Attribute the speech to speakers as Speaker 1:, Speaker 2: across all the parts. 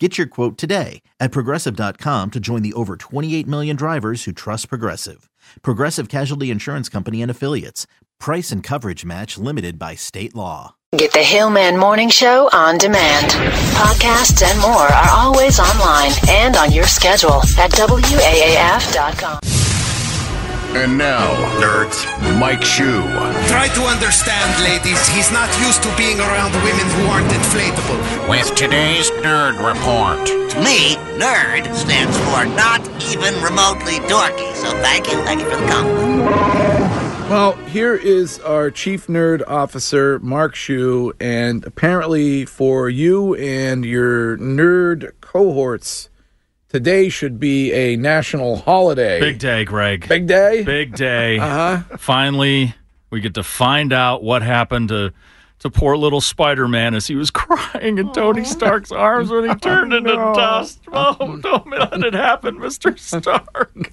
Speaker 1: Get your quote today at progressive.com to join the over 28 million drivers who trust Progressive. Progressive Casualty Insurance Company and Affiliates. Price and coverage match limited by state law.
Speaker 2: Get the Hillman Morning Show on demand. Podcasts and more are always online and on your schedule at WAAF.com.
Speaker 3: And now, nerds, Mike Shue.
Speaker 4: Try to understand, ladies. He's not used to being around women who aren't inflatable.
Speaker 5: with today's Nerd Report.
Speaker 6: To me, nerd stands for not even remotely dorky. So thank you, thank you for the compliment.
Speaker 7: Well, here is our chief nerd officer, Mark Shu, and apparently for you and your nerd cohorts, today should be a national holiday.
Speaker 8: Big day, Greg.
Speaker 7: Big day?
Speaker 8: Big day. uh-huh. Finally, we get to find out what happened to to poor little Spider-Man as he was crying in Tony Stark's arms when he turned into dust. Oh, don't let it happen, Mr. Stark.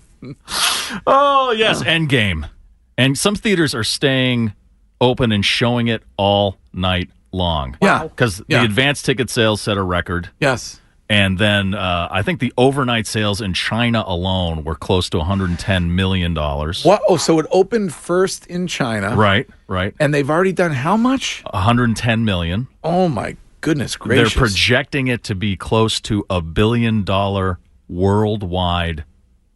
Speaker 8: oh, yes, Endgame. And some theaters are staying open and showing it all night long.
Speaker 7: Yeah.
Speaker 8: Because
Speaker 7: Yeah.
Speaker 8: the advance ticket sales set a record.
Speaker 7: Yes.
Speaker 8: And then uh, I think the overnight sales in China alone were close to 110 million dollars.
Speaker 7: What? Oh, so it opened first in China.
Speaker 8: Right, right.
Speaker 7: And they've already done how much?
Speaker 8: 110 million.
Speaker 7: Oh, my goodness gracious.
Speaker 8: They're projecting it to be close to a billion dollar worldwide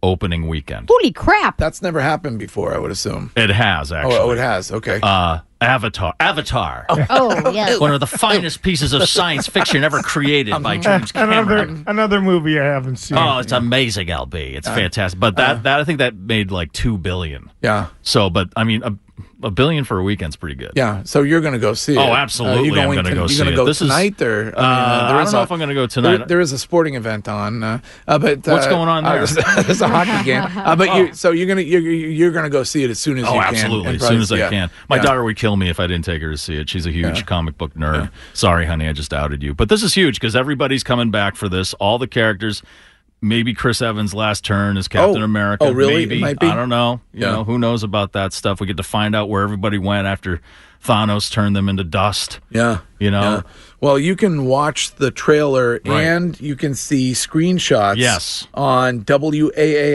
Speaker 8: opening weekend.
Speaker 9: Holy crap!
Speaker 7: That's never happened before, I would assume.
Speaker 8: It has actually.
Speaker 7: Oh, oh, it has. Okay.
Speaker 8: uh, Avatar. Avatar.
Speaker 9: Oh yeah,
Speaker 8: One of the finest pieces of science fiction ever created by James Cameron.
Speaker 10: Another movie I haven't seen.
Speaker 8: Oh, it's amazing, LB.
Speaker 7: Uh,
Speaker 8: It's fantastic. But that, that I think that made like 2 billion.
Speaker 7: yeah.
Speaker 8: So, but I mean, a, a billion for a weekend's pretty good.
Speaker 7: Yeah. So you're going to go see it.
Speaker 8: Oh, absolutely.
Speaker 7: you're
Speaker 8: I'm gonna
Speaker 7: to-
Speaker 8: go
Speaker 7: you're
Speaker 8: see
Speaker 7: gonna
Speaker 8: it.
Speaker 7: go
Speaker 8: This is-
Speaker 7: tonight or?
Speaker 8: Uh, I don't know if I'm going to go tonight.
Speaker 7: There, there is a sporting event on, uh, uh, but uh,
Speaker 8: What's going on there?
Speaker 7: Uh, there's, there's a hockey game. Uh, but you, so you're gonna you're, you're you're gonna go see it as soon as
Speaker 8: Oh,
Speaker 7: you
Speaker 8: absolutely!
Speaker 7: can.
Speaker 8: As soon as I can. My daughter would kill me if I didn't take her to see it. She's a huge comic book nerd. Sorry, honey, I just outed you. But this is huge because everybody's coming back for this. All the characters. Maybe Chris Evans' last turn as Captain
Speaker 7: Oh.
Speaker 8: America.
Speaker 7: Oh, really? It
Speaker 8: Maybe
Speaker 7: might be.
Speaker 8: I don't know. You
Speaker 7: Yeah.
Speaker 8: know who knows about that stuff. We get to find out where everybody went after Thanos turned them into dust.
Speaker 7: Yeah.
Speaker 8: You know.
Speaker 7: Yeah. Well, you can watch the trailer
Speaker 8: uh, Right.
Speaker 7: and you can see screenshots.
Speaker 8: Yes.
Speaker 7: On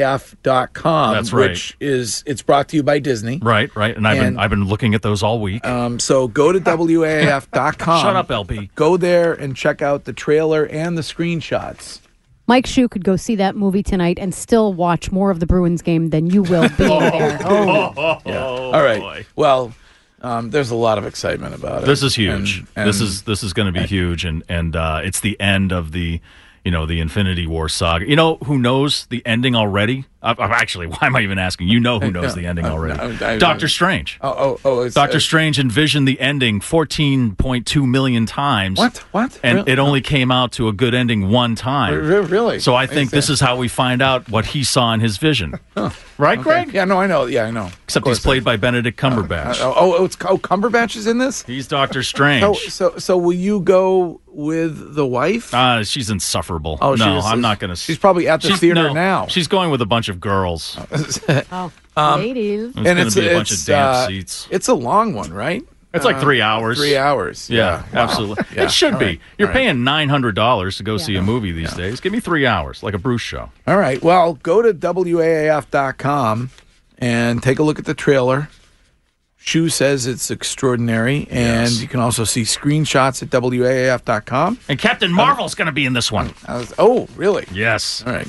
Speaker 7: waaf.com.
Speaker 8: That's right.
Speaker 7: Which is it's brought to you by Disney.
Speaker 8: Right. Right. And I've been
Speaker 7: And-
Speaker 8: I've been looking at those all week.
Speaker 7: Um, so go to waaf.com.
Speaker 8: Shut up, LB.
Speaker 7: Go there and check out the trailer and the screenshots.
Speaker 9: Mike Shue could go see that movie tonight and still watch more of the Bruins game than you will be there.
Speaker 8: Oh,
Speaker 7: All right. Well, um, there's a lot of excitement about it.
Speaker 8: This is huge.
Speaker 7: And- and-
Speaker 8: this is this is going to be huge, and and uh, it's the end of the, you know, the Infinity War saga. You know who knows the ending already? I, I'm actually, why am I even asking? You know who knows the ending
Speaker 7: I-
Speaker 8: already?
Speaker 7: I- I-
Speaker 8: Doctor Strange.
Speaker 7: Oh, oh, oh! It's,
Speaker 8: Doctor
Speaker 7: uh,
Speaker 8: Strange envisioned the ending 14.2 million times.
Speaker 7: What? What?
Speaker 8: And
Speaker 7: Really? Oh.
Speaker 8: it only came out to a good ending one time.
Speaker 7: Re- re- really?
Speaker 8: So I think this is how we find out what he saw in his vision. right, Greg?
Speaker 7: Yeah, no, I know. Yeah, I know.
Speaker 8: Except he's played by Benedict Cumberbatch.
Speaker 7: Oh, oh, it's oh, Cumberbatch is in this.
Speaker 8: He's Doctor Strange.
Speaker 7: So, so, so will you go with the wife?
Speaker 8: Uh, she's insufferable.
Speaker 7: Oh,
Speaker 8: Oh,
Speaker 7: she
Speaker 8: no,
Speaker 7: was-
Speaker 8: I'm not going to.
Speaker 7: she's probably at the theater now.
Speaker 8: She's going with a bunch of girls.
Speaker 9: Oh, ladies.
Speaker 8: It's going to be a bunch of damp
Speaker 7: uh,
Speaker 8: seats.
Speaker 7: It's a long one, right?
Speaker 8: It's like three hours.
Speaker 7: Uh, Three hours.
Speaker 8: Yeah,
Speaker 7: Wow.
Speaker 8: absolutely.
Speaker 7: Yeah.
Speaker 8: It should
Speaker 7: All
Speaker 8: be.
Speaker 7: right.
Speaker 8: You're
Speaker 7: All right.
Speaker 8: paying nine hundred dollars to go see a movie these days. Give me three hours, like a Bruce show.
Speaker 7: All right. Well, go to waaf.com and take a look at the trailer. Shu says it's extraordinary, and
Speaker 8: Yes.
Speaker 7: you can also see screenshots at waaf.com.
Speaker 8: And Captain Marvel's going to be in this one.
Speaker 7: I was- oh, really?
Speaker 8: Yes.
Speaker 7: All right.